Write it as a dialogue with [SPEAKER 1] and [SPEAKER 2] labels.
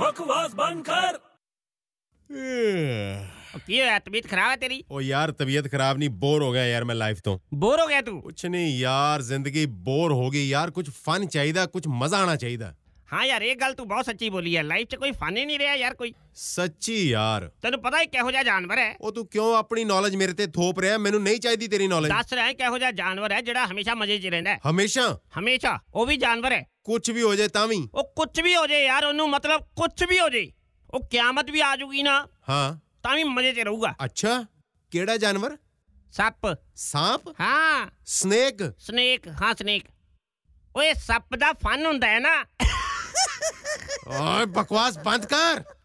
[SPEAKER 1] ਬਕਵਾਸ ਬੰਦ ਕਰ
[SPEAKER 2] ਉਹ ਕੀ ਹੋਇਆ ਤਬੀਅਤ ਖਰਾਬ ਹੈ ਤੇਰੀ
[SPEAKER 3] ਓ ਯਾਰ ਤਬੀਅਤ ਖਰਾਬ ਨਹੀਂ ਬੋਰ ਹੋ ਗਿਆ ਯਾਰ ਮੈਂ ਲਾਈਫ ਤੋਂ
[SPEAKER 2] ਬੋਰ ਹੋ ਗਿਆ ਤੂੰ
[SPEAKER 3] ਕੁਛ ਨਹੀਂ ਯਾਰ ਜ਼ਿੰਦਗੀ ਬੋਰ ਹੋ ਗਈ ਯਾਰ ਕੁਝ ਫਨ ਚਾਹੀਦਾ ਕੁਝ ਮਜ਼ਾ ਆਣਾ ਚਾਹੀਦਾ
[SPEAKER 2] ਹਾਂ ਯਾਰ ਇਹ ਗੱਲ ਤੂੰ ਬਹੁਤ ਸੱਚੀ ਬੋਲੀ ਹੈ ਲਾਈਫ 'ਚ ਕੋਈ ਫਨ ਹੀ ਨਹੀਂ ਰਿਹਾ ਯਾਰ ਕੋਈ
[SPEAKER 3] ਸੱਚੀ ਯਾਰ
[SPEAKER 2] ਤੈਨੂੰ ਪਤਾ ਹੀ ਕਿਹੋ ਜਿਹਾ ਜਾਨਵਰ ਹੈ
[SPEAKER 3] ਉਹ ਤੂੰ ਕਿਉਂ ਆਪਣੀ ਨੌਲੇਜ ਮੇਰੇ ਤੇ ਥੋਪ ਰਿਹਾ ਮੈਨੂੰ ਨਹੀਂ ਚਾਹੀਦੀ ਤੇਰੀ ਨੌਲੇਜ
[SPEAKER 2] ਦੱਸ ਰਿਹਾ ਕਿਹੋ ਜਿਹਾ ਜਾਨਵਰ ਹੈ ਜਿਹੜਾ ਹਮੇਸ਼ਾ ਮਜ਼ੇ 'ਚ ਰਹਿੰਦਾ ਹੈ
[SPEAKER 3] ਹਮੇਸ਼ਾ
[SPEAKER 2] ਹਮੇਸ਼ਾ ਉਹ ਵੀ ਜਾਨਵਰ ਹੈ
[SPEAKER 3] ਕੁਝ ਵੀ ਹੋ ਜਾਏ ਤਾਂ ਵੀ
[SPEAKER 2] ਉਹ ਕੁਝ ਵੀ ਹੋ ਜੇ ਯਾਰ ਉਹਨੂੰ ਮਤਲਬ ਕੁਝ ਵੀ ਹੋ ਜੇ ਉਹ ਕਿਆਮਤ ਵੀ ਆ ਜਾਊਗੀ ਨਾ
[SPEAKER 3] ਹਾਂ
[SPEAKER 2] ਤਾਂ ਵੀ ਮਜ਼ੇ 'ਚ ਰਹੂਗਾ
[SPEAKER 3] ਅੱਛਾ ਕਿਹੜਾ ਜਾਨਵਰ
[SPEAKER 2] ਸੱਪ
[SPEAKER 3] ਸਾਂਪ
[SPEAKER 2] ਹਾਂ
[SPEAKER 3] ਸਨੇਕ
[SPEAKER 2] ਸਨੇਕ ਹਾਂ ਸਨੇਕ ਓਏ ਸੱਪ ਦਾ ਫਨ ਹੁੰਦਾ ਹੈ ਨਾ
[SPEAKER 3] ਓਏ ਬਕਵਾਸ ਬੰਦ ਕਰ